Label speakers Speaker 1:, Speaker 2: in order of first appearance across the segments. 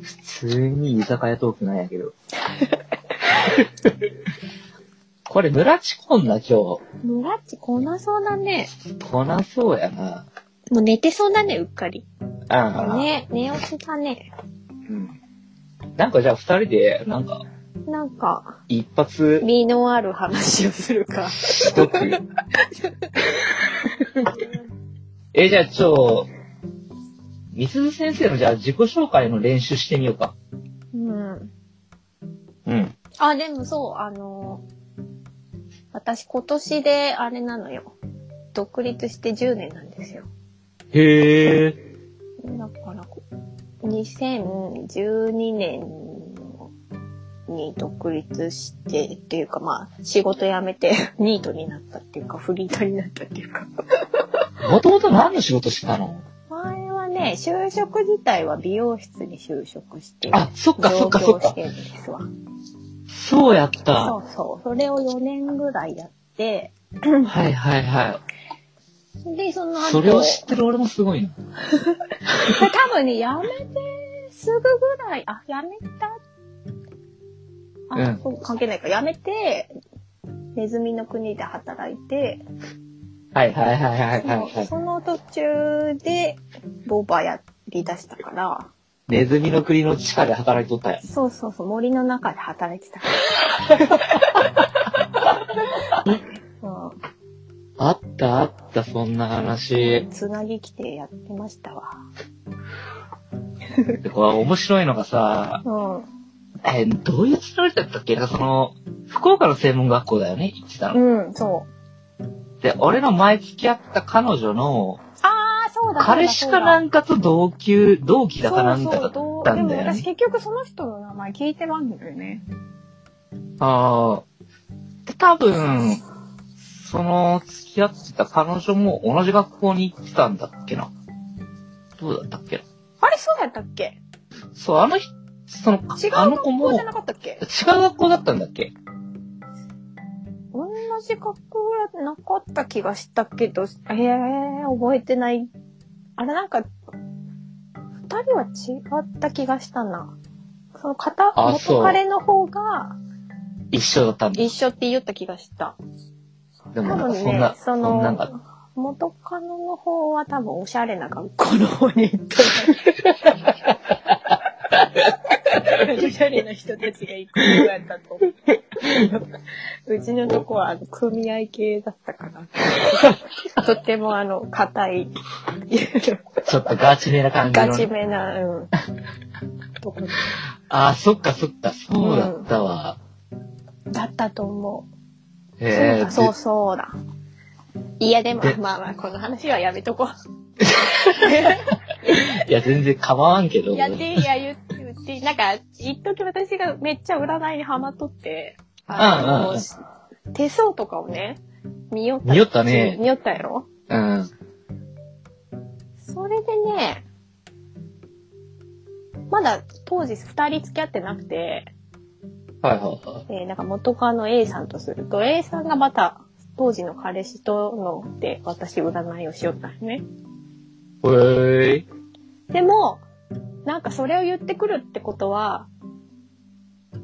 Speaker 1: 普通に居酒屋トークなんやけど。 これ、村ちこんな、今
Speaker 2: もらっちこなそうだね。
Speaker 1: 日。こなそうやな。
Speaker 2: もう寝てそうだね、うっかり。
Speaker 1: ああ。
Speaker 2: ね、寝落ちだね。
Speaker 1: うん。なんかじゃあ二人で、なんか、
Speaker 2: なんか、
Speaker 1: 一発、
Speaker 2: 身のある話をするか。
Speaker 1: し とく。え、じゃあちょ、みすず先生のじゃあ自己紹介の練習してみようか。
Speaker 2: うん。
Speaker 1: うん。
Speaker 2: あ、でもそう、あの、私今年であれなのよ。独立して10年なんですよ。
Speaker 1: へえ。
Speaker 2: だからこ、2012年に独立してっていうか、まあ、仕事辞めて ニートになったっていうか、フリートになったっていうか。
Speaker 1: もともと何の仕事してたの
Speaker 2: 前はね、就職自体は美容室に就職して、
Speaker 1: あ、そっかそ
Speaker 2: 上
Speaker 1: っかそっ
Speaker 2: 京し
Speaker 1: か。
Speaker 2: てるんですわ。
Speaker 1: そうやった。
Speaker 2: そうそう。それを4年ぐらいやって、
Speaker 1: はいはいは
Speaker 2: で、その
Speaker 1: い。
Speaker 2: 後、
Speaker 1: それを知ってる俺もすごいな。
Speaker 2: 多分ね、辞めてすぐぐらい、あ、辞めた。あ、
Speaker 1: うん
Speaker 2: そう関係ないか。辞めて、ネズミの国で働いて、
Speaker 1: はいはいはいはいは
Speaker 2: その
Speaker 1: い、はい。
Speaker 2: その途中で、ボーバーやり出したから、
Speaker 1: ネズミの国の地下で働いとったやん。
Speaker 2: そうそうそう、森の中で働いてたから。う
Speaker 1: あったあった、そんな話
Speaker 2: ん、。つなぎきてやってましたわ。
Speaker 1: でこれ面白いのがさ、
Speaker 2: うん。
Speaker 1: えーどういうつながりだったっけなんかその、福岡の専門学校だよね、行ってたの。
Speaker 2: うん、そう。
Speaker 1: で、俺の前付き合った彼女の、
Speaker 2: ああ、そうだ。そうだ
Speaker 1: 彼氏かなんかと同級、同期だかなんかだ
Speaker 2: そう
Speaker 1: っ
Speaker 2: そう
Speaker 1: た
Speaker 2: どうで
Speaker 1: ん
Speaker 2: も
Speaker 1: だよ
Speaker 2: 私
Speaker 1: ね。
Speaker 2: 結局その人の名前聞いてまんのよね。
Speaker 1: ああ。で、多分、その付き合ってた彼女も同じ学校に行ってたんだっけな。どうだったっけな。
Speaker 2: あれそうだったっけ
Speaker 1: そう、あの人、その、
Speaker 2: 違う
Speaker 1: あの
Speaker 2: 学
Speaker 1: 子も、
Speaker 2: 校じゃ
Speaker 1: 違う
Speaker 2: なかったっけ
Speaker 1: 学校だったんだっけ
Speaker 2: 同じ学校はなかった気がしたけど、ええ覚えてない。あれなんか、二人は違った気がしたな。その片、
Speaker 1: あそう
Speaker 2: 元彼の方が
Speaker 1: 一緒だったんだ。
Speaker 2: 一緒って言った気がした。
Speaker 1: でも
Speaker 2: 多
Speaker 1: なんか
Speaker 2: 分ね、
Speaker 1: そんな、そ
Speaker 2: そ
Speaker 1: ん
Speaker 2: の
Speaker 1: なんが、
Speaker 2: 元カノの方は多分おしゃれな学校の方に行っておしゃれな人たちが行くようやったと思う。うちのとこはあの組合系だったから。とってもあの、硬い、
Speaker 1: ちょっとガチめな感じの
Speaker 2: ガ
Speaker 1: ね、
Speaker 2: チめな、うん。とこ
Speaker 1: ああ、そっかそっか、そうだったわ。
Speaker 2: だったと思う。
Speaker 1: ええ
Speaker 2: そうだ、そう
Speaker 1: ず
Speaker 2: そうだ。いや、でも
Speaker 1: で、
Speaker 2: まあまあ、この話はやめとこう。
Speaker 1: いや、全然構わんけど。
Speaker 2: やっていや言って言ってなんか一時私がめっちゃ占いにハマっとって
Speaker 1: うんうん
Speaker 2: の手相とかをね見よった
Speaker 1: 見よったね
Speaker 2: 見よったやろ
Speaker 1: うん。
Speaker 2: それでねまだ当時二人付き合ってなくて、
Speaker 1: はいはいはい。
Speaker 2: えーなんか元カノ A さんとすると A さんがまた当時の彼氏とので私占いをしよったんよね
Speaker 1: ほえー
Speaker 2: でも、なんかそれを言ってくるってことは、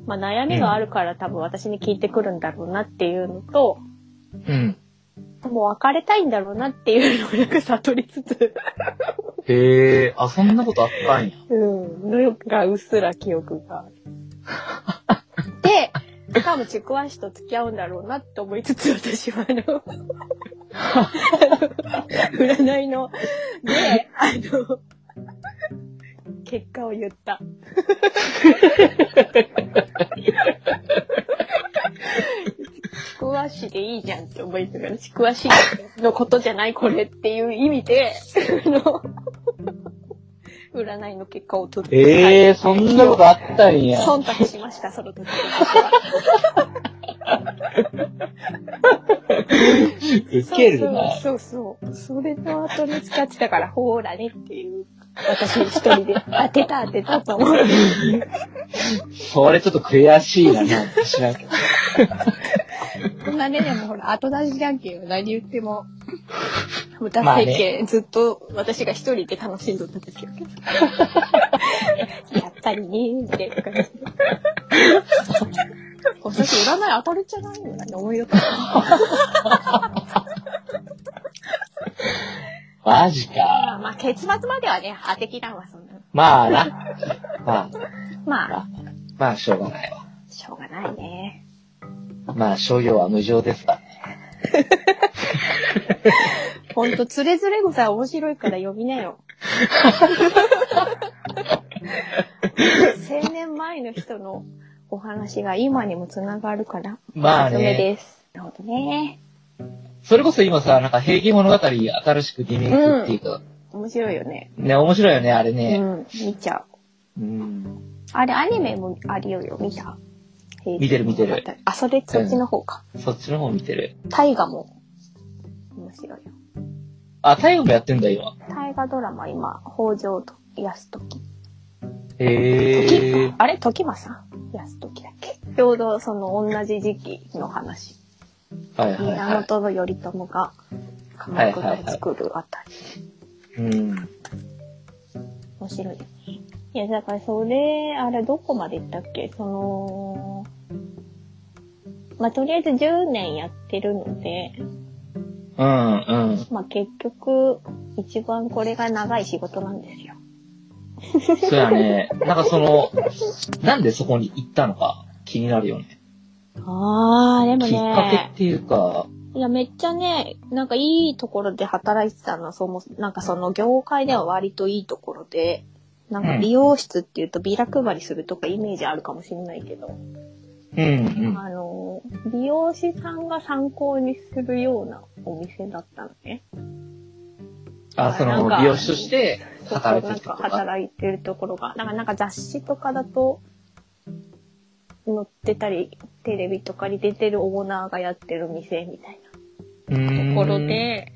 Speaker 2: まあ悩みがあるから多分私に聞いてくるんだろうなっていうのと、
Speaker 1: うん。
Speaker 2: もう別れたいんだろうなっていうのをなんか悟りつつ、
Speaker 1: へえ、あ、そんなことあったんや。
Speaker 2: うん、のがうっすら記憶がある。で、多分ちくわしと付き合うんだろうなって思いつつ私はあの、 占いの、で、あの、結果を言った。ちくわしでいいじゃんって思いながら、ちくわしのことじゃないこれっていう意味で、あの、占いの結果を取って、
Speaker 1: ええー、そんなことあったんや。
Speaker 2: 忖度しました、その時私は。
Speaker 1: ウケるな。
Speaker 2: そうそうそう。それの後に使ってたから、ほーらねっていう。私一人 で、当てた当てたと思う。
Speaker 1: それちょっと悔しいな、なんか知らんけど。
Speaker 2: こんなね、でもほら、後出しじゃんけんは何言っても。無駄体験、ずっと私が一人で楽しんどったんですよ。やっったりね、みたいな感じで。私、占い当たるんじゃないんだね、思い出した。
Speaker 1: マジか。
Speaker 2: ま あ、結末まではね、当てきらんわ、そんなの。
Speaker 1: まあな。ま
Speaker 2: まあ、
Speaker 1: あ、まあ、しょうがないわ。
Speaker 2: しょうがないね。
Speaker 1: まあ、商業は無常ですからね。
Speaker 2: ほんと、つれづれ草面白いから読み なよ。千年前の人のお話が今にもつながるから、
Speaker 1: まあ
Speaker 2: おすすめ
Speaker 1: ね。
Speaker 2: です。なるほどね。
Speaker 1: それこそ今さ、なんか、平気物語新しくリメイクっていうか、
Speaker 2: 面白いよね。
Speaker 1: ね、面白いよね、あれ
Speaker 2: う
Speaker 1: ね。
Speaker 2: ん、見ちゃう。
Speaker 1: うん。
Speaker 2: あれ、アニメもありよよ、見た
Speaker 1: 見てる見てる。
Speaker 2: あ、それ、そっちの方か。
Speaker 1: そっちの方見てる。
Speaker 2: 大河も、面白いよ。
Speaker 1: あ、太陽もやってんだ、今。
Speaker 2: 大河ドラマ、今、北条と、安時。
Speaker 1: へえ。
Speaker 2: あれ時政安時だっけちょうど、その、同じ時期の話。
Speaker 1: はいはいは
Speaker 2: 源頼朝が、鎌倉を作るあたり。
Speaker 1: い。うん。
Speaker 2: 面白いよね。いや、だから、それ、あれ、どこまで行ったっけその、まあ、とりあえず10年やってるので、
Speaker 1: うん、うん。
Speaker 2: まあ結局、一番これが長い仕事なんですよ。
Speaker 1: そうやね。なんかその、なんでそこに行ったのか気になるよね。
Speaker 2: ああ、でも
Speaker 1: きっかけ
Speaker 2: ね
Speaker 1: っ、ていうか、
Speaker 2: いやめっちゃね、なんかいいところで働いてたのは、その、なんかその業界では割といいところで、なんか美容室っていうとビラ配りするとかイメージあるかもしれないけど、
Speaker 1: うん、うん。
Speaker 2: あの、美容師さんが参考にするようなお店だったのね。
Speaker 1: あ、そ
Speaker 2: なん
Speaker 1: の、
Speaker 2: か
Speaker 1: 美容師として
Speaker 2: そうそう、
Speaker 1: 働い
Speaker 2: な
Speaker 1: て
Speaker 2: ん
Speaker 1: ると
Speaker 2: か
Speaker 1: か。
Speaker 2: 働いてるところが。なんかなんか雑誌とかだと、載ってたり、テレビとかに出てるオーナーがやってる店みたい
Speaker 1: と
Speaker 2: なところ。で、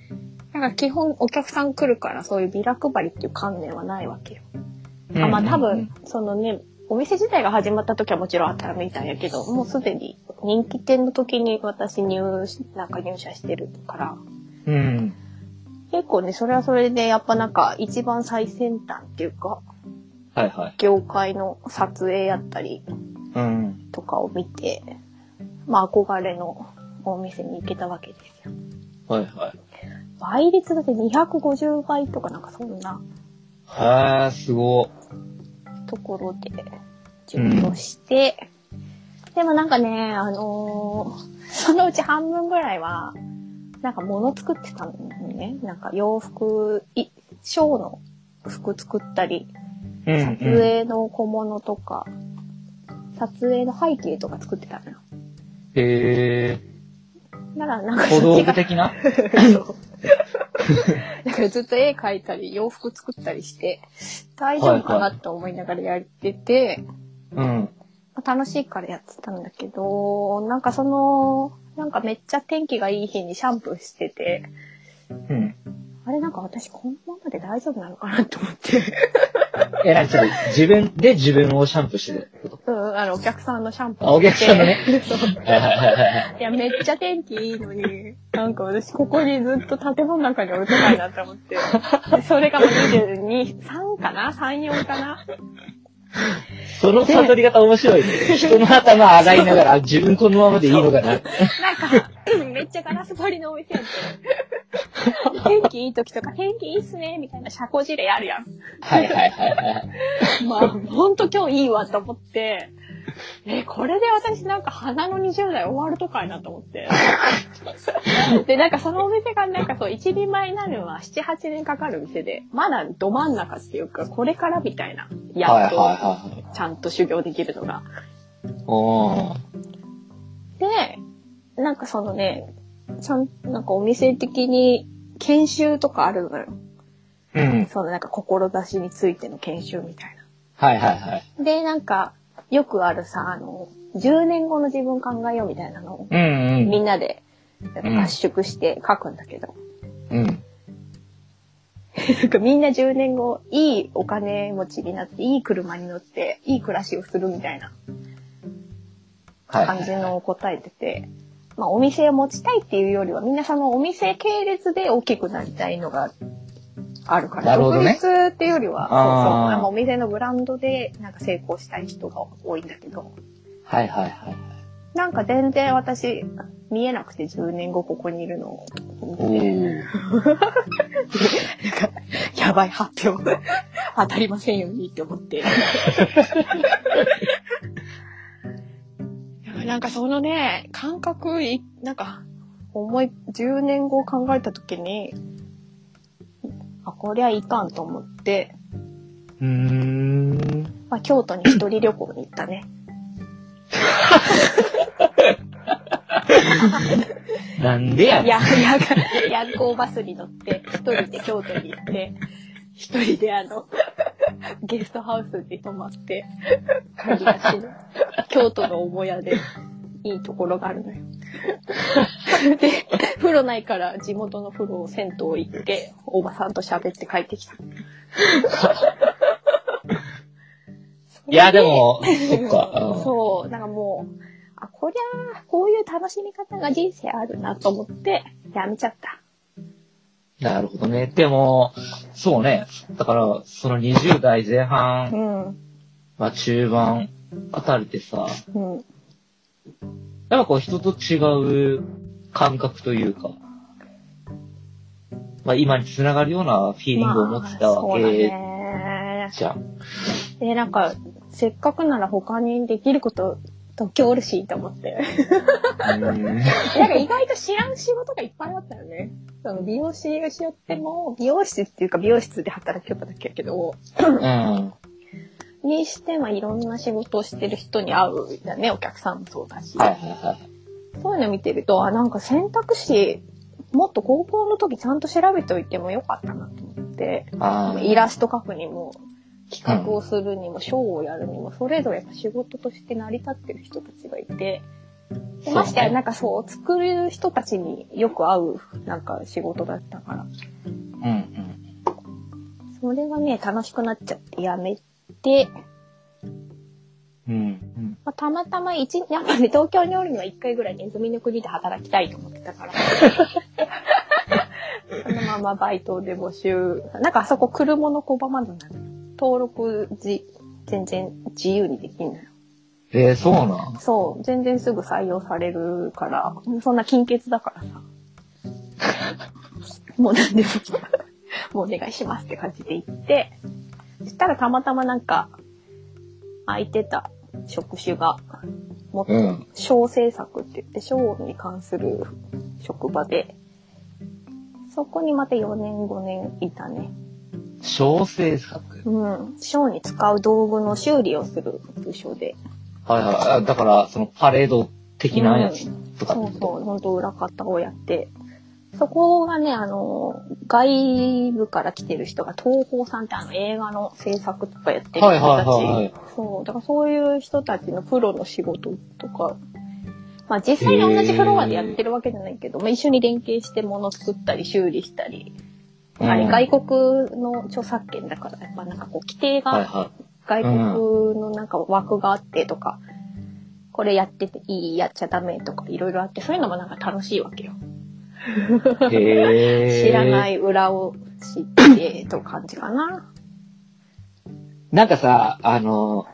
Speaker 2: なんか基本お客さん来るからそういうビラ配りっていう観念はないわけよ。
Speaker 1: うん
Speaker 2: あまあ多分、、そのね、お店自体が始まった時はもちろん働いたんやけど、もうすでに人気店の時に私入し、なんか入社してるから、
Speaker 1: うん。
Speaker 2: 結構ね、それはそれでやっぱなんか一番最先端っていうか、
Speaker 1: はいはい。
Speaker 2: 業界の撮影やったり
Speaker 1: うん。
Speaker 2: とかを見て、まあ憧れのお店に行けたわけですよ。
Speaker 1: はいはい。
Speaker 2: 倍率だって250倍とかなんかそんな
Speaker 1: はー、すご
Speaker 2: ところで準備をして、でもなんかね、あのーそのうち半分ぐらいは、なんか物作ってたのね。なんか洋服、い、ショーの服作ったり、
Speaker 1: い。うん、
Speaker 2: 撮
Speaker 1: うん。
Speaker 2: 影の小物とか、撮影の背景とか作ってたのよ。
Speaker 1: へ
Speaker 2: なら、なんか
Speaker 1: ー、小
Speaker 2: そっ
Speaker 1: 道
Speaker 2: ち
Speaker 1: 具
Speaker 2: が、
Speaker 1: 的 な
Speaker 2: そうだからずっと絵描いたり、洋服作ったりして、大丈夫かなと思いながらやってて、
Speaker 1: うん。
Speaker 2: 楽しいからやってたんだけど、なんかその、なんかめっちゃ天気がいい日にシャンプーしてて、
Speaker 1: うん。
Speaker 2: あれなんか私このままで大丈夫なのかなと 思って、
Speaker 1: え、なんかちょっと自分で自分をシャンプーしてるってこと
Speaker 2: うん、あの、お客さんのシャンプー
Speaker 1: あ、お客さんのね。
Speaker 2: そう
Speaker 1: はいはいはいはい
Speaker 2: いや、めっちゃ天気いいのに、なんか私ここにずっと建物の中に置いてないなと思って。でそれがもう22、3かな ?3、4かな
Speaker 1: その悟り方面白いね。人の頭洗いながら、あ自分このままでいいのかな。
Speaker 2: なんか、うんめっちゃガラス張りのお店やって。 天気いい時とか、天気いいっすね、みたいな車庫事例あるやん。
Speaker 1: はいはいはいはい。
Speaker 2: まあ、ほんと今日いいわと思って、え、これで私なんか花の20代終わるとかいなと思って。 で、なんかそのお店がなんかそう、一人前になるのは7、8年かかる店で、まだど真ん中っていうか、これからみたいな、
Speaker 1: はい
Speaker 2: や
Speaker 1: は
Speaker 2: っ
Speaker 1: いはい
Speaker 2: と
Speaker 1: はい。
Speaker 2: ちゃんと修行できるのが。
Speaker 1: おー。
Speaker 2: で、なんかそのね、ちゃん、なんかお店的に研修とかあるのよ。
Speaker 1: うん。
Speaker 2: そのなんか志についての研修みたいな。
Speaker 1: はいはいはい。
Speaker 2: で、なんか、よくあるさ、あの、10年後の自分考えようみたいなのを、
Speaker 1: うんうん。
Speaker 2: みんなで合宿して書くんだけど、
Speaker 1: うん。
Speaker 2: なんかみんな10年後、いいお金持ちになって、いい車に乗って、いい暮らしをするみたいな
Speaker 1: はいはい。
Speaker 2: 感じのを答えてて、まあお店を持ちたいっていうよりは、みんなそのお店系列で大きくなりたいのがあるから。
Speaker 1: なるほどね
Speaker 2: 独立っていうよりは、そうそう
Speaker 1: あー
Speaker 2: あのお店のブランドでなんか成功したい人が多いんだけど、
Speaker 1: はいはいはい。
Speaker 2: なんか全然私、見えなくて10年後ここにいるの。
Speaker 1: おー
Speaker 2: なんか、やばい発表。当たりませんようにって思って。いやなんかそのね、感覚い、なんか、思い、10年後考えた時に、あ、こりゃいかんと思って、
Speaker 1: うーん。
Speaker 2: まあ、京都に一人旅行に行ったね。
Speaker 1: なんでやねん
Speaker 2: や、や が、夜行バスに乗って、一人で京都に行って、一人であの、ゲストハウスに泊まって、帰りがしの、京都の母屋で、いいところがあるのよ。 で、風呂ないから地元の風呂を銭湯行って、おばさんと喋って帰ってきた。
Speaker 1: いや、でも、そっ
Speaker 2: うん
Speaker 1: か。
Speaker 2: そう、なんかもう、あ、こりゃ、こういう楽しみ方が人生あるなと思って、やめちゃっ
Speaker 1: う
Speaker 2: た。
Speaker 1: んなるほどね。でも、そうね。だから、その20代前
Speaker 2: う
Speaker 1: 半、
Speaker 2: ん。
Speaker 1: まあ中盤あたりでさ、
Speaker 2: うん。
Speaker 1: やっぱこう人と違う感覚というか、まあ今につながるようなフィーリングを持ってたわ
Speaker 2: まあそうだ
Speaker 1: け
Speaker 2: ね。
Speaker 1: じゃん。
Speaker 2: で、なんか、せっかくなら他にできること、東京おるし、と思って。
Speaker 1: うん
Speaker 2: なんか意外と知らん仕事がいっぱいあったよね。その美容師をしよっても、美容室っていうか美容室で働きよっただけやけど、
Speaker 1: うん。
Speaker 2: にしてはいろんな仕事をしてる人に会うんだね、お客さんもそうだし。
Speaker 1: はいはいはい。
Speaker 2: そういうの見てると、あ、なんか選択肢、もっと高校の時ちゃんと調べておいてもよかったなと思って、
Speaker 1: ああ。
Speaker 2: イラスト描くにも、企画をするにも、ショーをやるにも、それぞれ仕事として成り立ってる人たちがいて、で
Speaker 1: そうね
Speaker 2: ましてや、なんかそう、作る人たちによく合う、なんか仕事だったから、
Speaker 1: うんうん。
Speaker 2: それがね、楽しくなっちゃってやめて、
Speaker 1: うん。
Speaker 2: まあ、たまたま一、 やっぱり東京におるには一回ぐらいネズミの国で働きたいと思ってたから。そのままバイトで募集。なんかあそこ車の拒まずなのよ。登録じ、全然自由にできんのよ。
Speaker 1: えー、そうなん
Speaker 2: そう、全然すぐ採用されるから、そんな金欠だからさ。もう何でも、もうお願いしますって感じで行って、そしたらたまたまなんか、空いてた職種が、もっと
Speaker 1: うん。
Speaker 2: 小制作って言って、小に関する職場で、そこにまた4年5年いたね。
Speaker 1: 小制作。
Speaker 2: うん。小に使う道具の修理をする部署で。
Speaker 1: はいはいあ。だから、そのパレード的なやつとかってこ
Speaker 2: そ
Speaker 1: と
Speaker 2: うそう、本当裏方をやって。そこがね、あの、外部から来てる人が、東宝さんってあの映画の制作とかやってる人たち。
Speaker 1: はいはいはいはい。
Speaker 2: そう、だからそういう人たちのプロの仕事とか、まあ実際に同じフロアでやってるわけじゃないけど、まあ一緒に連携して物作ったり修理したり、あれ
Speaker 1: うん
Speaker 2: 外国の著作権だから、やっぱなんかこう規
Speaker 1: は
Speaker 2: 定
Speaker 1: い
Speaker 2: が
Speaker 1: は
Speaker 2: 外国のなんか枠があってとか、これやってていい、やっちゃダメとかいろいろあって、そういうのもなんか楽しいわけよ。
Speaker 1: い。へえ。。
Speaker 2: 知らないい裏を知ってと感じかな。
Speaker 1: なんかさ、あの、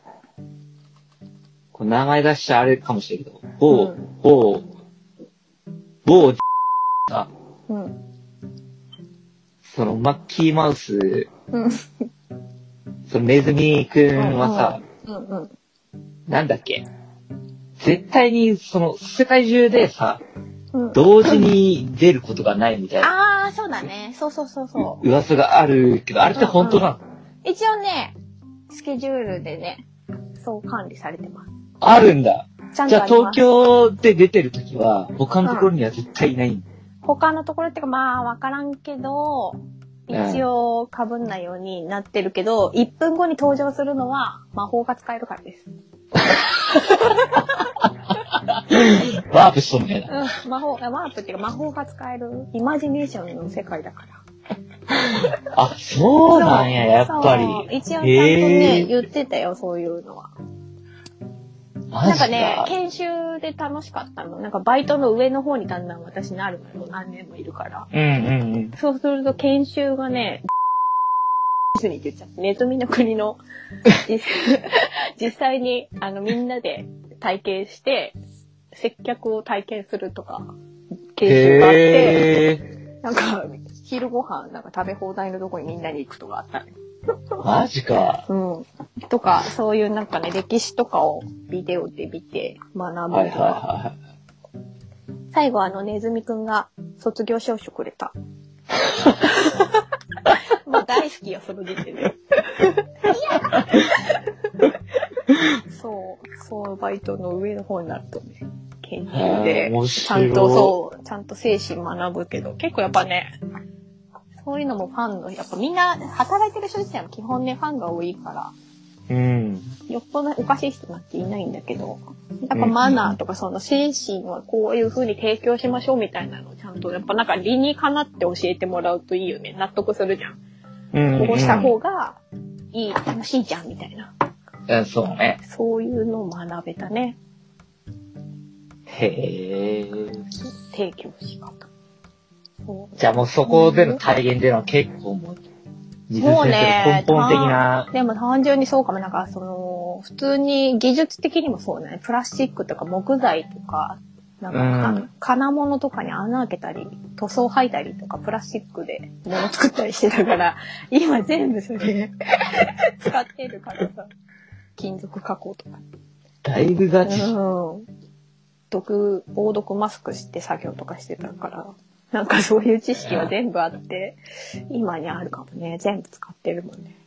Speaker 1: こう名前出しちゃあれかもしれんけど、某、
Speaker 2: うん
Speaker 1: 某、某、
Speaker 2: うん。
Speaker 1: そのマッキーマウス、
Speaker 2: うん。
Speaker 1: そのネズミくんはさ、
Speaker 2: うんうん。
Speaker 1: なんだっけ絶対に、その、世界中でさ、
Speaker 2: うん。
Speaker 1: 同時に出ることがないみたいな
Speaker 2: ああ、そうだね。そうそうそうそう。
Speaker 1: 噂があるけど、あれって本当なの
Speaker 2: 一応ね、スケジュールでね、そう管理されてます。
Speaker 1: あるんだ。
Speaker 2: ちゃん
Speaker 1: じ
Speaker 2: と
Speaker 1: ゃあ
Speaker 2: ありま
Speaker 1: 東
Speaker 2: す。
Speaker 1: 京で出てるときは、他のところには絶対いないんだ。
Speaker 2: 他のところってかまあわからんけど、
Speaker 1: うん
Speaker 2: 一応被んないようになってるけど、1分後に登場するのは魔法が使えるからです。
Speaker 1: ワープしとんねえな。
Speaker 2: うん、魔法、あワープっていうか魔法が使える。イマジネーションの世界だから。
Speaker 1: あ、そうなんや、やっぱ
Speaker 2: そう
Speaker 1: り。
Speaker 2: 一応ちゃんと
Speaker 1: え
Speaker 2: ね、
Speaker 1: ー
Speaker 2: 言ってたよ、そういうのは。
Speaker 1: マ
Speaker 2: なん
Speaker 1: ジ
Speaker 2: か
Speaker 1: か。
Speaker 2: ね、研修で楽しかったの。なんかバイトの上の方にだんだん私なるのよ。何年もいるから。
Speaker 1: うんうんうん。
Speaker 2: そうすると研修がね、ズニーって言っちゃった。ネズミの 国の、実 実際に、あの、みんなで体験して、接客を体験するとか、研修があって、
Speaker 1: へ
Speaker 2: なんか、昼ご飯、なんか食べ放題のとこにみんなに行くとかあったね。
Speaker 1: ー。マジか。
Speaker 2: うん。とか、そういうなんかね、歴史とかをビデオで見て学ぶとか。
Speaker 1: はいはいは
Speaker 2: 最後あのネズミくんが卒業証書くれ た。もう大好きよ、その時点で。いやそう、そう、バイトの上の方になるとね、研
Speaker 1: いはい。
Speaker 2: 究
Speaker 1: へー
Speaker 2: で、
Speaker 1: 面
Speaker 2: ち
Speaker 1: 白
Speaker 2: ゃ
Speaker 1: い
Speaker 2: んとそう、ちゃんと精神学ぶけど、結構やっぱね、そういうのもファンの、やっぱみんな働いてる人自体は基本ね、ファンが多いから、
Speaker 1: うん。
Speaker 2: よっぽどおかしい人なんていないんだけど、やっぱマナーとかその精神はこういう風に提供しましょうみたいなのをちゃんと、やっぱなんか理にかなって教えてもらうといいよね。納得するじゃん。
Speaker 1: うんうん。
Speaker 2: こうした方がいい、楽しいじゃんみたいな。
Speaker 1: うんそうね。
Speaker 2: そういうのを学べたね。
Speaker 1: へえ。
Speaker 2: 提供し方。そ
Speaker 1: じゃあもうそこでの体現でのは結構もう、水先生の根本的な
Speaker 2: う。でも単純にそうかも。なんかその、普通に技術的にもそうだね。プラスチックとか木材とか、なんかか、
Speaker 1: うん
Speaker 2: 金物とかに穴開けたり、塗装剥いたりとか、プラスチックで物作ったりしてたから、 今全部それ 使ってるからさ。金属加工とか。
Speaker 1: だいぶガチ。
Speaker 2: うん。毒、防毒マスクして作業とかしてたから、なんかそういう知識は全部あって、今にあるかもね。全部使ってるもんね。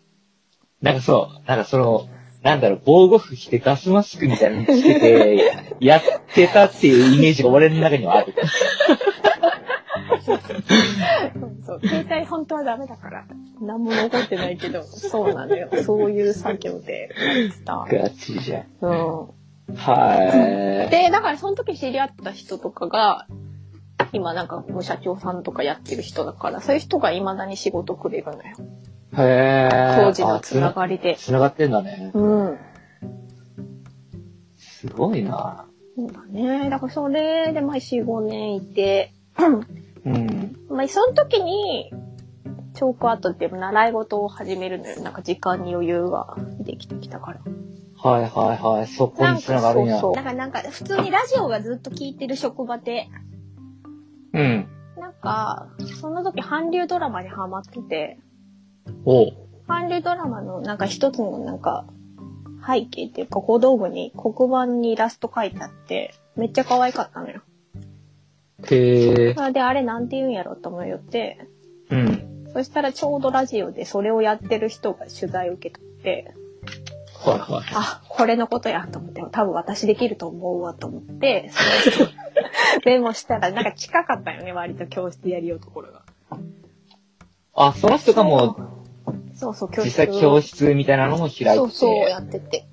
Speaker 1: なんかそう、なんかその、なんだろう、防護服着てガスマスクみたいなの着てて、やってたっていうイメージが俺の中にはある。
Speaker 2: そうそう。携帯本当はダメだから、何も残ってないけど、そうなんだよ。そういう作業でやってた。
Speaker 1: ガチじゃん。
Speaker 2: う
Speaker 1: は
Speaker 2: ん。で、だからその時知り合った人とかが、今なんかもう社長さんとかやってる人だから、そういう人が未だに仕事くれるのよ。
Speaker 1: い。へえ。
Speaker 2: 当時のつな
Speaker 1: あ
Speaker 2: がりで
Speaker 1: つ。つながってんだね。
Speaker 2: うん。
Speaker 1: すごいな。
Speaker 2: そうだね。だからそれでまあ4、5年いて、
Speaker 1: うん。
Speaker 2: まあその時に、チョークアートっていう習い事を始めるのよ。なんか時間に余裕ができてきたから。
Speaker 1: はいはいはい。そこにつながるんや。
Speaker 2: う。だからなんか、普通にラジオがずっと聞いてる職場で、
Speaker 1: うん。
Speaker 2: なんか、その時韓流ドラマにハマってて、
Speaker 1: おう。
Speaker 2: 韓流ドラマのなんか一つのなんか、背景っていうか小道具に黒板にイラスト書いてあって、めっちゃ可愛かったのよ。
Speaker 1: へえ。
Speaker 2: それであれなんて言うんやろと思いよって、
Speaker 1: うん。
Speaker 2: そしたらちょうどラジオでそれをやってる人が取材を受け取って、
Speaker 1: はいはい。
Speaker 2: あ、これのことやと思って、多分私できると思うわと思って、その人メモしたら、なんか近かったよね、割と教室やりようところが。
Speaker 1: あ、その人がもう、
Speaker 2: そうそう、教
Speaker 1: 実
Speaker 2: 室
Speaker 1: 際教室みたいなのも開いて。
Speaker 2: そうそう、やってて。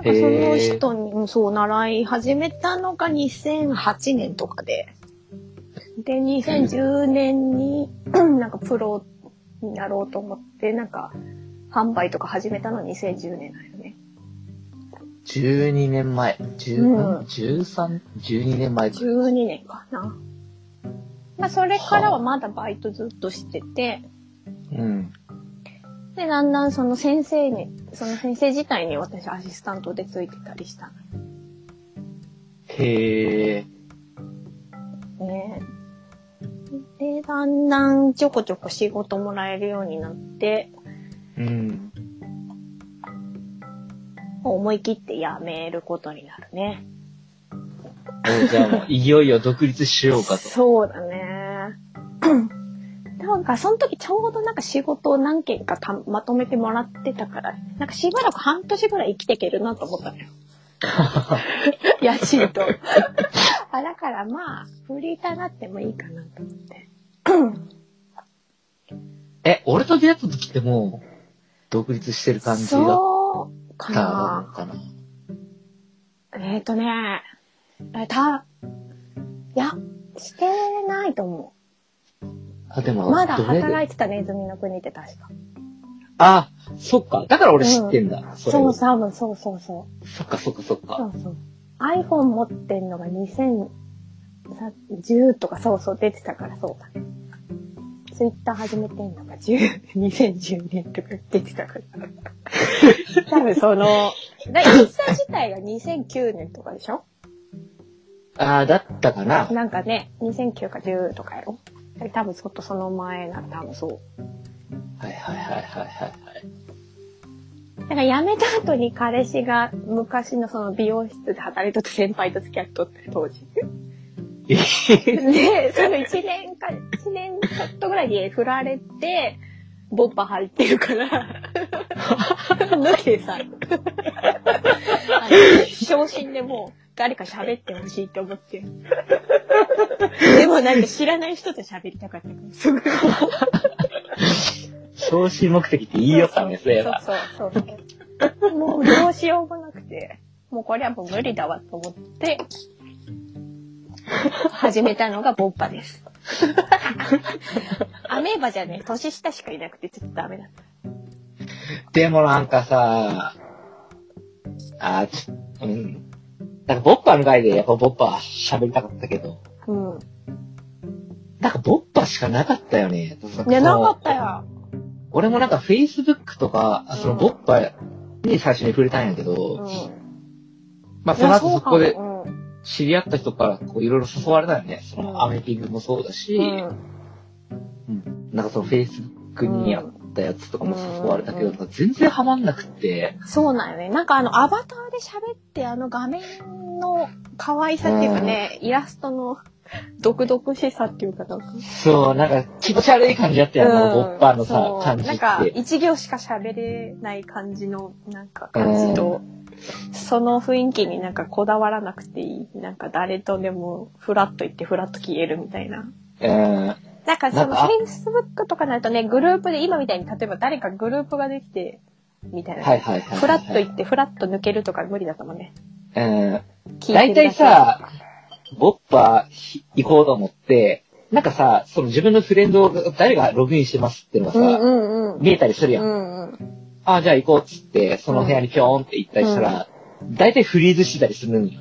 Speaker 2: その
Speaker 1: へえ。
Speaker 2: 人に、うんそう、習い始めたのが2008年とかで。で、2010年に、なんかプロになろうと思って、なんか、販売とか始めたの2010年だよね。
Speaker 1: 12年前。
Speaker 2: うん
Speaker 1: 10 13、12年前。
Speaker 2: 12年かな。まあ、それからはまだバイトずっとしてて、
Speaker 1: うん。
Speaker 2: で、だんだんその先生に、その先生自体に私アシスタントでついてたりした
Speaker 1: へえ。
Speaker 2: のね。で、だんだんちょこちょこ仕事もらえるようになって、
Speaker 1: うん。
Speaker 2: 思い切って辞めることになるね。
Speaker 1: おじゃあもう、いよいよ独立しようか と。
Speaker 2: そうだね。 なんか、その時ちょうどなんか仕事を何件かたまとめてもらってたから、なんかしばらく半年ぐらい生きていけるなと思っ たのよ。家賃と。あだからまあ、フリーターになってもいいかなと思って。
Speaker 1: え、俺と出会った時ってもう、独立してる感じだっ
Speaker 2: そうか
Speaker 1: た
Speaker 2: な
Speaker 1: の。かな。
Speaker 2: えっ、ー、とね、えた、いや、してないと思
Speaker 1: あ、で
Speaker 2: う。
Speaker 1: も、
Speaker 2: まだ
Speaker 1: どれ
Speaker 2: 働いてたネズミの国って確か。
Speaker 1: あ、そっか。だから俺知ってんだ。それ
Speaker 2: そ
Speaker 1: を
Speaker 2: う、多分そうそうそう。
Speaker 1: そっかそっかそっ
Speaker 2: そ
Speaker 1: か。
Speaker 2: うそう。iPhone 持ってんのが2010とかそうそう出てたからそうだね。ツイッター始めてんのが10 2010年とか言ってきた から。多分その、だインスタ自体が2009年とかでしょ
Speaker 1: ああ、だったかな。
Speaker 2: なんかね、2009か10とかやろ多分ちょっとその前な、多分そう。
Speaker 1: はいはいはいはいはい。
Speaker 2: なんか辞めた後に彼氏が昔のその美容室で働いとって先輩と付き合っとって当時。 で、その1年か、1年ちょっとぐらいで振られて、ボッパ入ってるから、抜けさ、あの昇進でもう誰か喋ってほしいと思って。でもなんか知らない人と喋りたかったから、すぐ。
Speaker 1: 昇進目的って言いよったんですね。
Speaker 2: そうそうそうそう。もうどうしようもなくて、もうこれはもう無理だわと思って、始めたのがボッパです。アメーバじゃね、年下しかいなくてちょっとダメだった。
Speaker 1: でもなんかさ、あーちょうん。なんかボッパーの回でやっぱボッパー喋りたかったけど、
Speaker 2: うん。
Speaker 1: なんかボッパーしかなかったよね。なんかその
Speaker 2: いや、なかったよ。
Speaker 1: 俺もなんか Facebook とか、あその
Speaker 2: うん
Speaker 1: ボッパーに最初に触れたんやけど、
Speaker 2: うん。
Speaker 1: まあ
Speaker 2: い
Speaker 1: その
Speaker 2: や
Speaker 1: 後そこで
Speaker 2: うん。
Speaker 1: 知り合った人からこういろいろ誘われたよね。そ
Speaker 2: うん
Speaker 1: のアメピングもそうだし、
Speaker 2: うん
Speaker 1: なんかその Facebook にやったやつとかも誘われたけど、
Speaker 2: うん
Speaker 1: なんか全然ハマんなくて、
Speaker 2: そうなんよね。なんかあの、アバターで喋って、あの画面の可愛さっていうかね、イラストの独々しさっていうか、なんか
Speaker 1: そう、なんか気持ち悪い感じやったよ、あのボッパーのさ
Speaker 2: そう、
Speaker 1: 感じ
Speaker 2: なん
Speaker 1: っ
Speaker 2: か、
Speaker 1: て。
Speaker 2: 一行しか喋れない感じの、なんか、感じと、その雰囲気になんかこだわらなくていい。なんか誰とでも、フラッと行ってフラッと消えるみたいな。
Speaker 1: うん。
Speaker 2: なんかそ
Speaker 1: なん
Speaker 2: の、
Speaker 1: か
Speaker 2: Facebook とかになるとね、グループで、今みたいに、例えば誰かグループができて、みたいな。
Speaker 1: はいはいはいはい。
Speaker 2: フラッと行って、フラッと抜けるとか無理だったもんね。
Speaker 1: うん。
Speaker 2: 聞
Speaker 1: 大
Speaker 2: いてるだ
Speaker 1: 体、
Speaker 2: け
Speaker 1: さ、ボッパー行こうと思って、なんかさ、その自分のフレンドが誰がログインしてますっていうのが
Speaker 2: う
Speaker 1: さ、
Speaker 2: んうんうん。
Speaker 1: 見えたりするやん。
Speaker 2: うんうん。
Speaker 1: ああ、じゃあ行こうっつって、その部屋にピョーンって行ったりしたら、大体フリーズしてたりするのよ。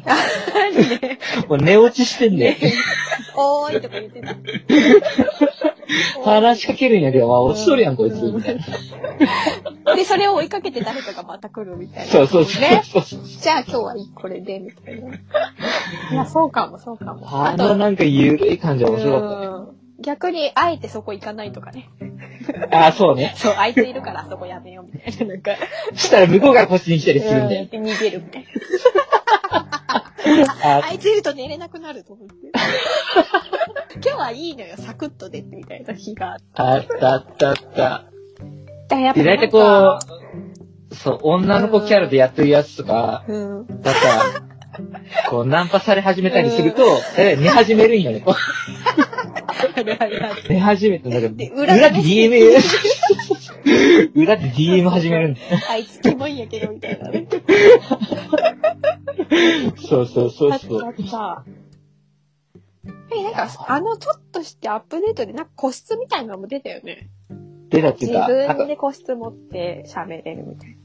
Speaker 1: もう寝落ちしてんね。
Speaker 2: おーいとか 言ってた。
Speaker 1: 話しかけるんやけど、まあ落ちとるやん、こいつ、
Speaker 2: うん
Speaker 1: みたいな。
Speaker 2: で、それを追いかけて誰かがまた来るみたいな。
Speaker 1: そうそうそう。
Speaker 2: ね。
Speaker 1: そう
Speaker 2: じゃあ今日はこれで、みたいな。 いや、そうかも、そうかも。
Speaker 1: あのなんかゆるい感じは面白かっ
Speaker 2: うん逆に、あえてそこ行かないとかね。
Speaker 1: たね。ああ、そうね。
Speaker 2: そう、あいついるからあそこやめよう、みたいな。なんか、
Speaker 1: したら向こうからこっちに来たりするんだ
Speaker 2: う
Speaker 1: よ
Speaker 2: ん。逃げるみたいな。
Speaker 1: あ
Speaker 2: あいついると寝れなくなると 思って。今日はいいのよ、サクッと出てみたいな日があっ
Speaker 1: あ、あったあったあった。
Speaker 2: た。やっ
Speaker 1: で、大体
Speaker 2: なんか
Speaker 1: こう、そう、女の子キャラでやってるやつとか、
Speaker 2: うん。
Speaker 1: だから、こう、ナンパされ始めたりすると、大体寝始めるんよね。こ
Speaker 2: あるあるある
Speaker 1: う寝始めて、なん
Speaker 2: で
Speaker 1: か、
Speaker 2: 裏
Speaker 1: 裏
Speaker 2: で
Speaker 1: で DM、裏で DM 始めるんだよ。
Speaker 2: あいつキモいんやけど、みたいなね。
Speaker 1: そうそうそ
Speaker 2: あ
Speaker 1: う
Speaker 2: っ
Speaker 1: そう。
Speaker 2: たあった。え、なんか、あの、ちょっとしてアップデートで、なんか個室みたいなのも出たよね。
Speaker 1: 出たって
Speaker 2: 自
Speaker 1: いうか、なんか、
Speaker 2: 分で個室持って喋れるみたい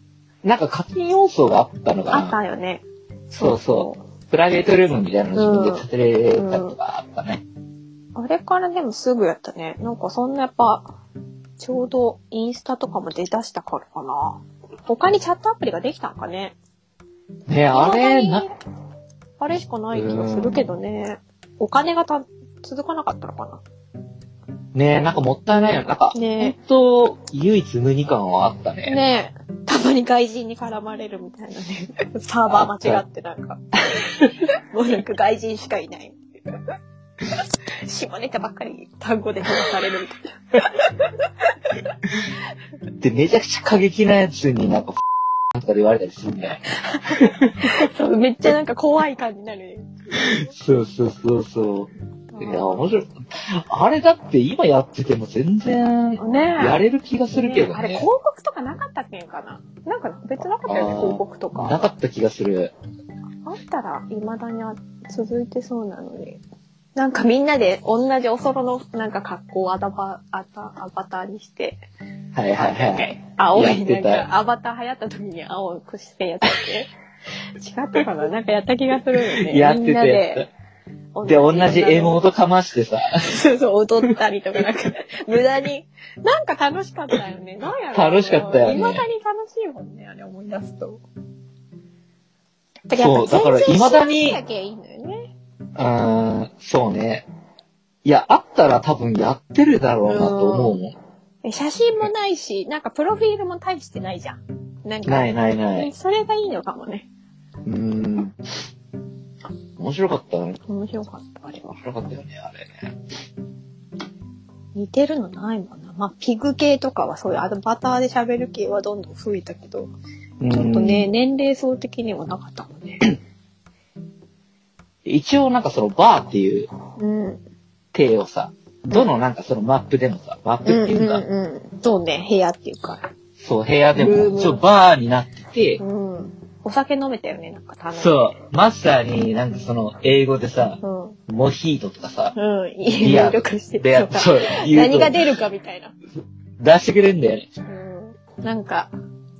Speaker 1: なんか課金要素があったのか
Speaker 2: な。あっ
Speaker 1: な。
Speaker 2: たよね。
Speaker 1: そうそう。プライベートルームみたいなの自分で建てれたとかあったね。
Speaker 2: あれからでもすぐやったね。なんかそんなやっぱ、ちょうどインスタとかも出だしたからかな。他にチャットアプリができたんかね。
Speaker 1: ねあれ、な、
Speaker 2: あれしかない気がするけどね。お金がた続かなかったのかな。
Speaker 1: ねなんかもったいないよ。なんか、
Speaker 2: ね
Speaker 1: 本当唯一無二感はあったね。
Speaker 2: ねえ、たまに外人に絡まれるみたいな ね。サーバー間違ってなんか。もうなんか外人しかいない。下ネタばっかり単語で飛ばされるみたいな。
Speaker 1: で、めちゃくちゃ過激なやつになんか、 とかで言われたりするんだよ。
Speaker 2: そうめっちゃなんか怖い感じになる。
Speaker 1: そうそうそうそう。いや、面白い。あれだって今やってても全然、
Speaker 2: ねえ。
Speaker 1: やれる気がするけど
Speaker 2: ねえあれ
Speaker 1: ね。
Speaker 2: 広告とかなかったっけんかななんか別なかったよね、
Speaker 1: あー
Speaker 2: 広告とか。
Speaker 1: なかった気がする。
Speaker 2: あったら、未だにあ続いてそうなのに。なんかみんなで同じおそろのなんか格好をアダバ、アタアバターにして、
Speaker 1: はいはいはい。
Speaker 2: 青
Speaker 1: や
Speaker 2: い、
Speaker 1: っ
Speaker 2: な
Speaker 1: て
Speaker 2: ん
Speaker 1: た
Speaker 2: かアバター流行った時に青くしてやったっけ違ったかななんかやった気がするよね。
Speaker 1: やって
Speaker 2: みんな
Speaker 1: たや
Speaker 2: で
Speaker 1: つ。で、同じエモードかましてさ、
Speaker 2: そうそう、踊ったりとか、なんか、無駄に。なんか楽しかったよね。なんやろ
Speaker 1: 楽しかったよね
Speaker 2: いまだに楽しいもんね、あれ思い出すと。
Speaker 1: そうだから
Speaker 2: い
Speaker 1: 未だに
Speaker 2: だけいいのよね。
Speaker 1: あーそうね。いや、あったら多分やってるだろうなと思うもん。
Speaker 2: え写真もないし、なんかプロフィールも大してないじゃん。なんか、
Speaker 1: ないないない。
Speaker 2: それがいいのかもね。
Speaker 1: うーん。面白かったね。
Speaker 2: 面白かった、あれは
Speaker 1: 面。白かったよね、あれね。
Speaker 2: 似てるのないもんな。まあ、ピグ系とかはそういうアバターで喋る系はどんどん増えたけど、
Speaker 1: うん
Speaker 2: ちょっとね、年齢層的にはなかったもんね。
Speaker 1: 一応なんかそのバーっていう
Speaker 2: うん。
Speaker 1: 体をさ、どのなんかそのマップでもさ、マップ
Speaker 2: うん
Speaker 1: っていうか、
Speaker 2: うんうん。そうね、部屋っていうか。
Speaker 1: そう、部屋で
Speaker 2: ル
Speaker 1: も、
Speaker 2: ーム
Speaker 1: ちょ、バーになってて、
Speaker 2: うん。お酒飲めたよね、なんか楽しい。
Speaker 1: そう、マスターになんかその英語でさ、
Speaker 2: う。
Speaker 1: モヒートとかさ、
Speaker 2: ん。うん。いろいろして
Speaker 1: で、
Speaker 2: と
Speaker 1: や
Speaker 2: か。
Speaker 1: そう、言う
Speaker 2: 何
Speaker 1: と
Speaker 2: が出るかみたいな。
Speaker 1: 出してくれるんだよね。
Speaker 2: うん。なんか、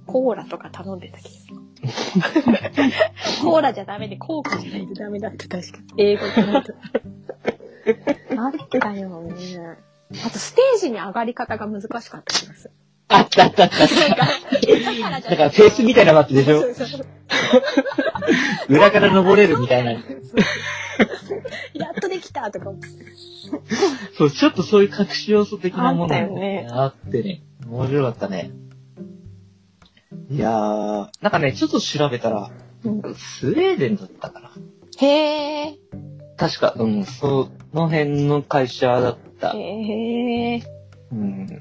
Speaker 2: コーラとか頼んでたけ ど。コーラじゃダメで、コークじゃないとダメだって確か。英語じゃないと。あったよね。あと、ステージに上がり方が難しかった気がす る。
Speaker 1: あったあったあった。
Speaker 2: なんか、だからじゃ
Speaker 1: だからフェイスみたいなマップでしょ
Speaker 2: そうそう
Speaker 1: 裏から登れるみたいな。
Speaker 2: やっとできたとか思って
Speaker 1: そう、ちょっとそういう隠し要素的なもの
Speaker 2: あったよね
Speaker 1: あってね。面白かったね。いやー、なんかね、ちょっと調べたら、
Speaker 2: うん
Speaker 1: スウェーデンだったかな。
Speaker 2: へえ。
Speaker 1: 確か、うん、その辺の会社だった。
Speaker 2: へえ。
Speaker 1: うん。で、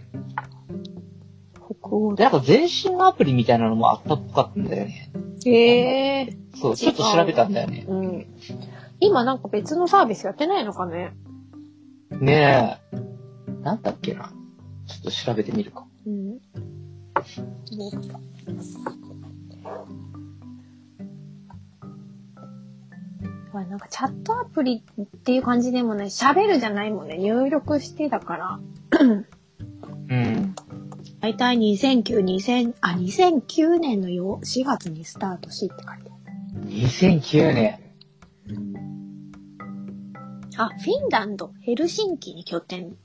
Speaker 2: 北欧
Speaker 1: なんか全身のアプリみたいなのもあったっぽかったんだよね。
Speaker 2: へえ。
Speaker 1: そう、ちょっと調べたんだよね。
Speaker 2: うん。今なんか別のサービスやってないのかね。
Speaker 1: ねえ。なんだっけな。ちょっと調べてみるか。
Speaker 2: うん。あなんかチャットアプリっていう感じでもない喋るじゃないもんね入力してだから
Speaker 1: うん。
Speaker 2: 大体2009 2000あ2009年のよ4月にスタートしって書いてある
Speaker 1: 2009年。
Speaker 2: あフィンランドヘルシンキに拠点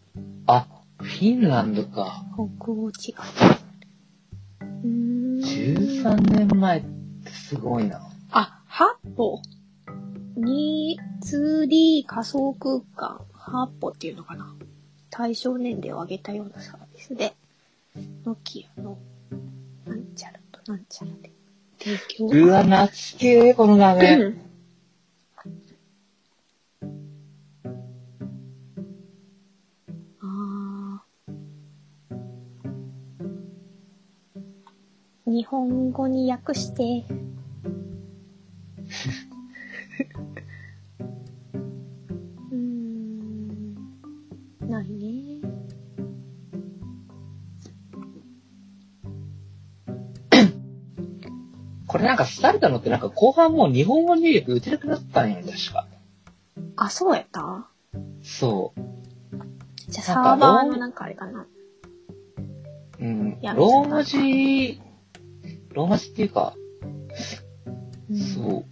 Speaker 1: あ、フィンランドか。
Speaker 2: 北欧地区うーん
Speaker 1: 13年前ってすごいな。
Speaker 2: あ、八歩。に、2D 仮想空間、八歩っていうのかな。対象年齢を上げたようなサービスで、ノキアの、なんちゃらとなんちゃらで、提
Speaker 1: う
Speaker 2: 供。
Speaker 1: わ、懐けえ、この画面。
Speaker 2: うんあー日本語に訳して。 うーん。ないね。
Speaker 1: これなんか廃れたのってなんか後半もう日本語入力打てなくなったんや、確か。
Speaker 2: あ、そうやった
Speaker 1: そう。
Speaker 2: じ
Speaker 1: な
Speaker 2: ゃあサ
Speaker 1: んか
Speaker 2: ーバー
Speaker 1: ロ
Speaker 2: の
Speaker 1: ー
Speaker 2: なんかあれかな。
Speaker 1: うん。
Speaker 2: やめちゃった
Speaker 1: ローマ字、ローマ字っていうか、
Speaker 2: うん
Speaker 1: そう。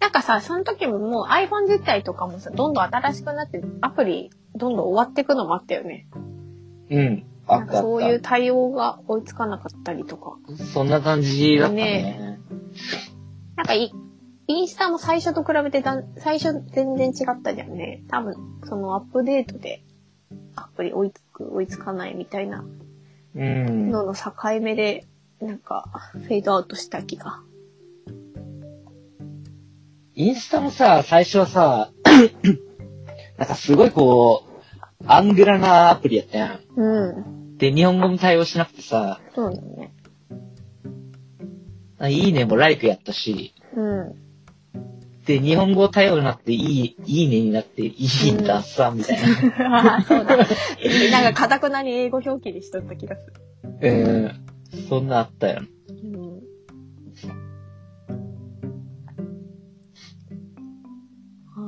Speaker 2: なんかさ、その時ももう iPhone 自体とかもさ、どんどん新しくなって、アプリどんどん終わっていくのもあったよね。
Speaker 1: うん。あっ
Speaker 2: なん
Speaker 1: た
Speaker 2: か
Speaker 1: あ
Speaker 2: そうい
Speaker 1: っ
Speaker 2: う対応が追いつかなかったりとか。
Speaker 1: た。そんな感じだったね
Speaker 2: ね。なんかい、インスタも最初と比べてだん、最初全然違ったじゃんね。多分、そのアップデートで、アプリ追いつく、追いつかないみたいな
Speaker 1: うん。
Speaker 2: のの境目で、なんか、フェードアウトした気が。
Speaker 1: インスタもさ、最初はさ、 なんかすごいこう、アングラなアプリやったやん。
Speaker 2: うん。
Speaker 1: で、日本語も対応しなくてさ、
Speaker 2: そうだね。
Speaker 1: いいねもライクやったし、
Speaker 2: うん。
Speaker 1: で、日本語対応になって、いい、いいねになって、いいんださ、みたいな。
Speaker 2: あーそうだ。なんか、かたくなに英語表記でしとった気がする。
Speaker 1: うん。そんなあったよ。
Speaker 2: うん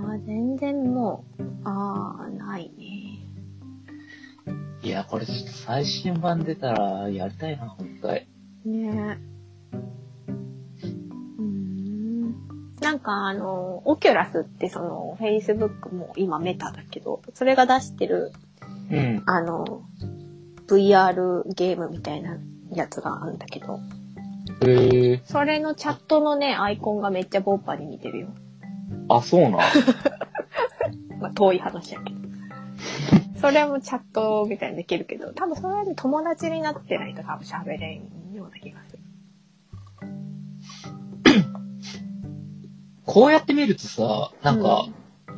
Speaker 2: ああ、全然もう、ああ、ないね。
Speaker 1: いや、これちょっと最新版出たら、やりたいな、本回。
Speaker 2: ねえ。うーん。なんかあの、オキュラスってその、Facebook も今メタだけど、それが出してる、
Speaker 1: うん。
Speaker 2: あの、VR ゲームみたいなやつがあるんだけど、
Speaker 1: へえ。
Speaker 2: それのチャットのね、アイコンがめっちゃボンパに似てるよ。
Speaker 1: あ、そうなん。
Speaker 2: まあ、遠い話やけど。 それもチャットみたいにできるけど、多分それで友達になってないと多分喋れんような気がする。
Speaker 1: こうやって見るとさ、なんか、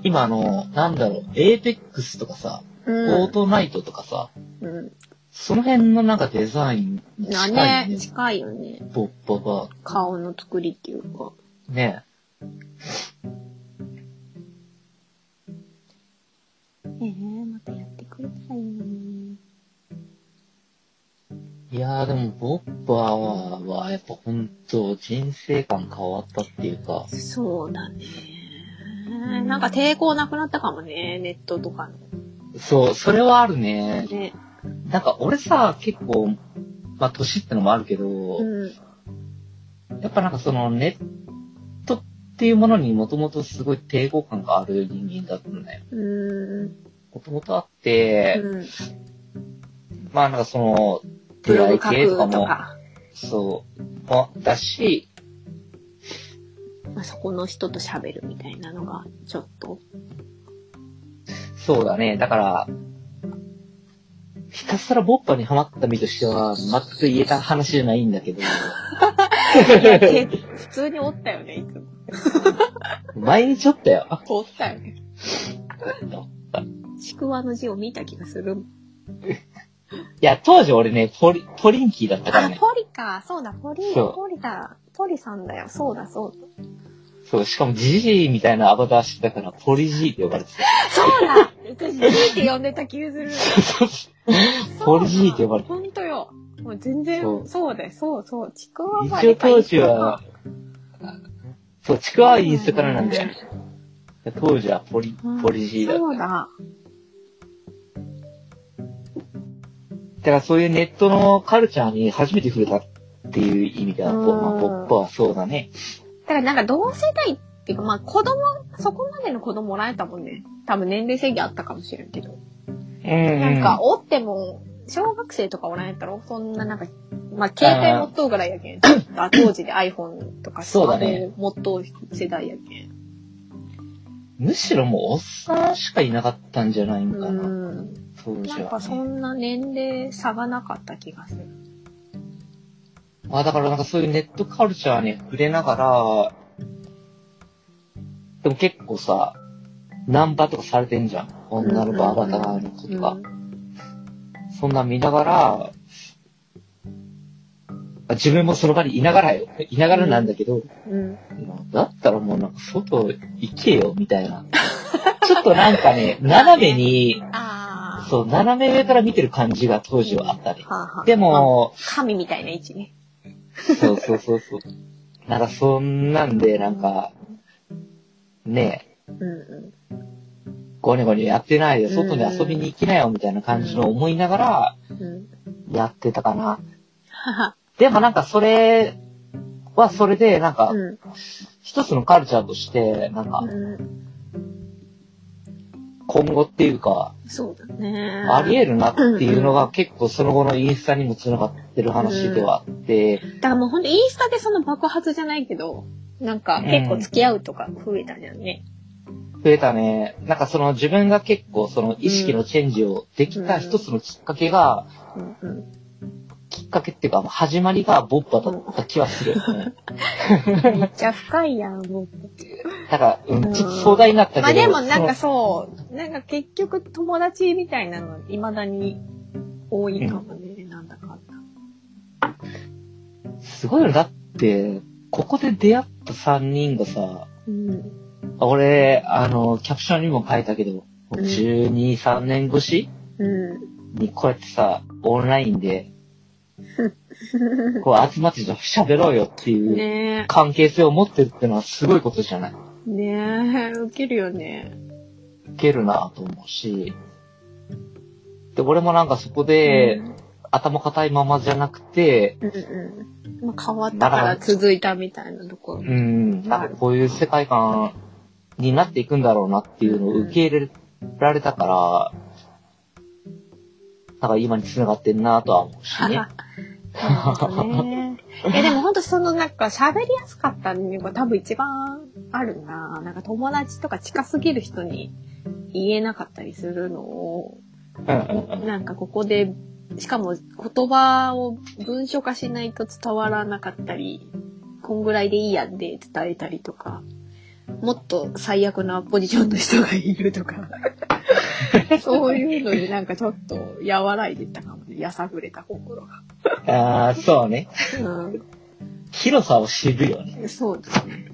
Speaker 1: 今あの、なんだろう、エーペックスとかさ、
Speaker 2: うん、
Speaker 1: オートナイトとかさ、
Speaker 2: うん。
Speaker 1: その辺のなんかデザインに近
Speaker 2: な
Speaker 1: い
Speaker 2: ね、
Speaker 1: ね。
Speaker 2: 近いよね。
Speaker 1: ボッパバ
Speaker 2: 顔の作りっていうか。
Speaker 1: ー。ね
Speaker 2: ええまたやってくれたらいいのに。
Speaker 1: いやーでも、ボッパーはやっぱほんと人生観変わったっていうか、
Speaker 2: そうだね。
Speaker 1: ん
Speaker 2: なんか抵抗なくなったかもね、ネットとかの。
Speaker 1: そう、それはあるね。
Speaker 2: ね。
Speaker 1: なんか俺さ、結構、まあ年ってのもあるけど、
Speaker 2: うん。
Speaker 1: やっぱなんかそのネットっていうものにもともとすごい抵抗感がある人間だったんだよ。
Speaker 2: うん。
Speaker 1: もともとあって、
Speaker 2: うん。
Speaker 1: まあなんかその、
Speaker 2: ブ
Speaker 1: 出
Speaker 2: ロ
Speaker 1: 会い
Speaker 2: グ書
Speaker 1: 系
Speaker 2: く
Speaker 1: とか
Speaker 2: と
Speaker 1: も、
Speaker 2: か。
Speaker 1: そう、もだし、
Speaker 2: まあ、そこの人と喋るみたいなのが、ちょっと。
Speaker 1: そうだね。だから、ひたすらボッパにハマった身としては、全く言えた話じゃないんだけ ど、
Speaker 2: いや、て普通におったよね、いつも。
Speaker 1: 毎日おったよ。
Speaker 2: おったよね。ちくわの字を見た気がするもん。
Speaker 1: いや、当時俺ね、ポリ、ポリンキーだったから
Speaker 2: あ、
Speaker 1: ね。
Speaker 2: ポリか。そうだ、ポリ、
Speaker 1: そう
Speaker 2: ポリだ。ポリさんだよ。そうだ、そうだ。
Speaker 1: そう、しかもジジイみたいなアバターしてたから、ポリジーって呼ばれ てた。
Speaker 2: そうだ私、G って呼んでた気がする。
Speaker 1: ポリジーって呼ばれて
Speaker 2: ほんとよ。もう全然、
Speaker 1: そ
Speaker 2: そう
Speaker 1: う
Speaker 2: だよ、そうそう。ちくわは
Speaker 1: 一応当時は、そう、ちくわはインスタからなんだよ。当時はポリ、ポリジーだっ
Speaker 2: そうだ。
Speaker 1: た。だからそういうネットのカルチャーに初めて触れたっていう意味では、
Speaker 2: うん
Speaker 1: ポまあ、ポップはそうだね。
Speaker 2: だからなんか同世代っていうか、まあ子供、そこまでの子供おられたもんね。多分年齢制限あったかもしれんけど。
Speaker 1: うん、うん。
Speaker 2: なんか、おっても、小学生とかおらんやったら、そんななんか、まあ、携帯持っとうぐらいやけん。あ当時で iPhone とかス
Speaker 1: そう
Speaker 2: マ
Speaker 1: だ
Speaker 2: ホ
Speaker 1: ね
Speaker 2: 持っとう世代やけん。
Speaker 1: むしろもうおっさんしかいなかったんじゃないのか
Speaker 2: う
Speaker 1: な、
Speaker 2: ん。
Speaker 1: 当時
Speaker 2: なん
Speaker 1: は
Speaker 2: かそ
Speaker 1: ね。
Speaker 2: んな年齢差がなかった気がする。
Speaker 1: まあだからなんかそういうネットカルチャーに触れながら、でも結構さ、ナンバーとかされてんじゃん。女の子アバターの子とか
Speaker 2: う。ん
Speaker 1: そんなん見ながら、あ自分もその場にいながらよ。いながらなんだけど、
Speaker 2: うん。
Speaker 1: だったらもうなんか外行けよ、みたい な。ちょっとなんかね、斜めに、
Speaker 2: ああ。
Speaker 1: そう、斜め上から見てる感じが当時はあったね。
Speaker 2: はあはあ
Speaker 1: で、も、
Speaker 2: 神みたいな位置ね。
Speaker 1: そうそうそうそう。なんかそんなんで、なんか、ねえ、
Speaker 2: うんう
Speaker 1: ゴニョゴニョやってないで、外に遊びに行きなよ、みたいな感じの思いながら、
Speaker 2: ん。うん。
Speaker 1: やってたかな。
Speaker 2: はは。
Speaker 1: でもなんかそれはそれで、なんか
Speaker 2: う、ん。
Speaker 1: 一つのカルチャーとして、なんか、
Speaker 2: うん
Speaker 1: 今後っていうか、
Speaker 2: そうだね。
Speaker 1: ありえるなっていうのが結構その後のインスタにも繋がってる話ではあって、
Speaker 2: だからもうほんとインスタでその爆発じゃないけど、なんか結構付き合うとか増えたじゃんね。
Speaker 1: 増えたね。なんかその自分が結構その意識のチェンジをできた一つのきっかけが、
Speaker 2: うんうん。
Speaker 1: きっかけっていうか、始まりがボッパだった気はする。うん
Speaker 2: めっちゃ深いやん、もう。
Speaker 1: だから、う、
Speaker 2: うんん
Speaker 1: ちょっと壮大になったけど。
Speaker 2: まあでもなんか
Speaker 1: そ
Speaker 2: そう、なんか結局友達みたいなの未だに多いかもね、なんだかんだ。
Speaker 1: のすごいよ。だって、ここで出会った3人がさ、
Speaker 2: うん。
Speaker 1: 俺、あの、キャプションにも書いたけど、
Speaker 2: ん
Speaker 1: 12、3年越し
Speaker 2: う
Speaker 1: にこうやってさ、オンライン で、こう集まって喋ろうよって
Speaker 2: ん。
Speaker 1: いう
Speaker 2: ね
Speaker 1: 関係性を持ってるってのはすごいことじゃない。
Speaker 2: え。ねえ、ウケるよね。
Speaker 1: いけるなと思うし。で、俺もなんかそこで、
Speaker 2: うん
Speaker 1: 頭固いままじゃなくて、
Speaker 2: うんうん。まあ、変わったから続いたみたいなところ。
Speaker 1: うん、なんかこういう世界観になっていくんだろうなっていうのを受け入れられたから、なんか今に繋がってんなとは思うしね。
Speaker 2: なるほどね。いやでも本当そのなんか喋りやすかったのが多分一番あるな。なんか友達とか近すぎる人に言えなかったりするのを、
Speaker 1: うんうん
Speaker 2: なんかここで、しかも言葉を文章化しないと伝わらなかったり、こんぐらいでいいやんで伝えたりとか、もっと最悪なポジションの人がいる とか、そういうのになんかちょっと和らいでたかもね。やさぐれた心が。
Speaker 1: うん。ああ、そうね。
Speaker 2: うん
Speaker 1: 広さを知るよね。
Speaker 2: そうですね。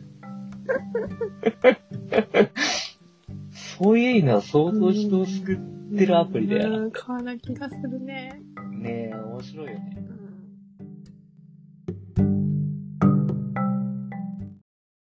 Speaker 1: そういうのは相当人を救ってるアプリだよな。
Speaker 2: うん、買わな気がするね。
Speaker 1: ねえ、面白いよね。
Speaker 2: うん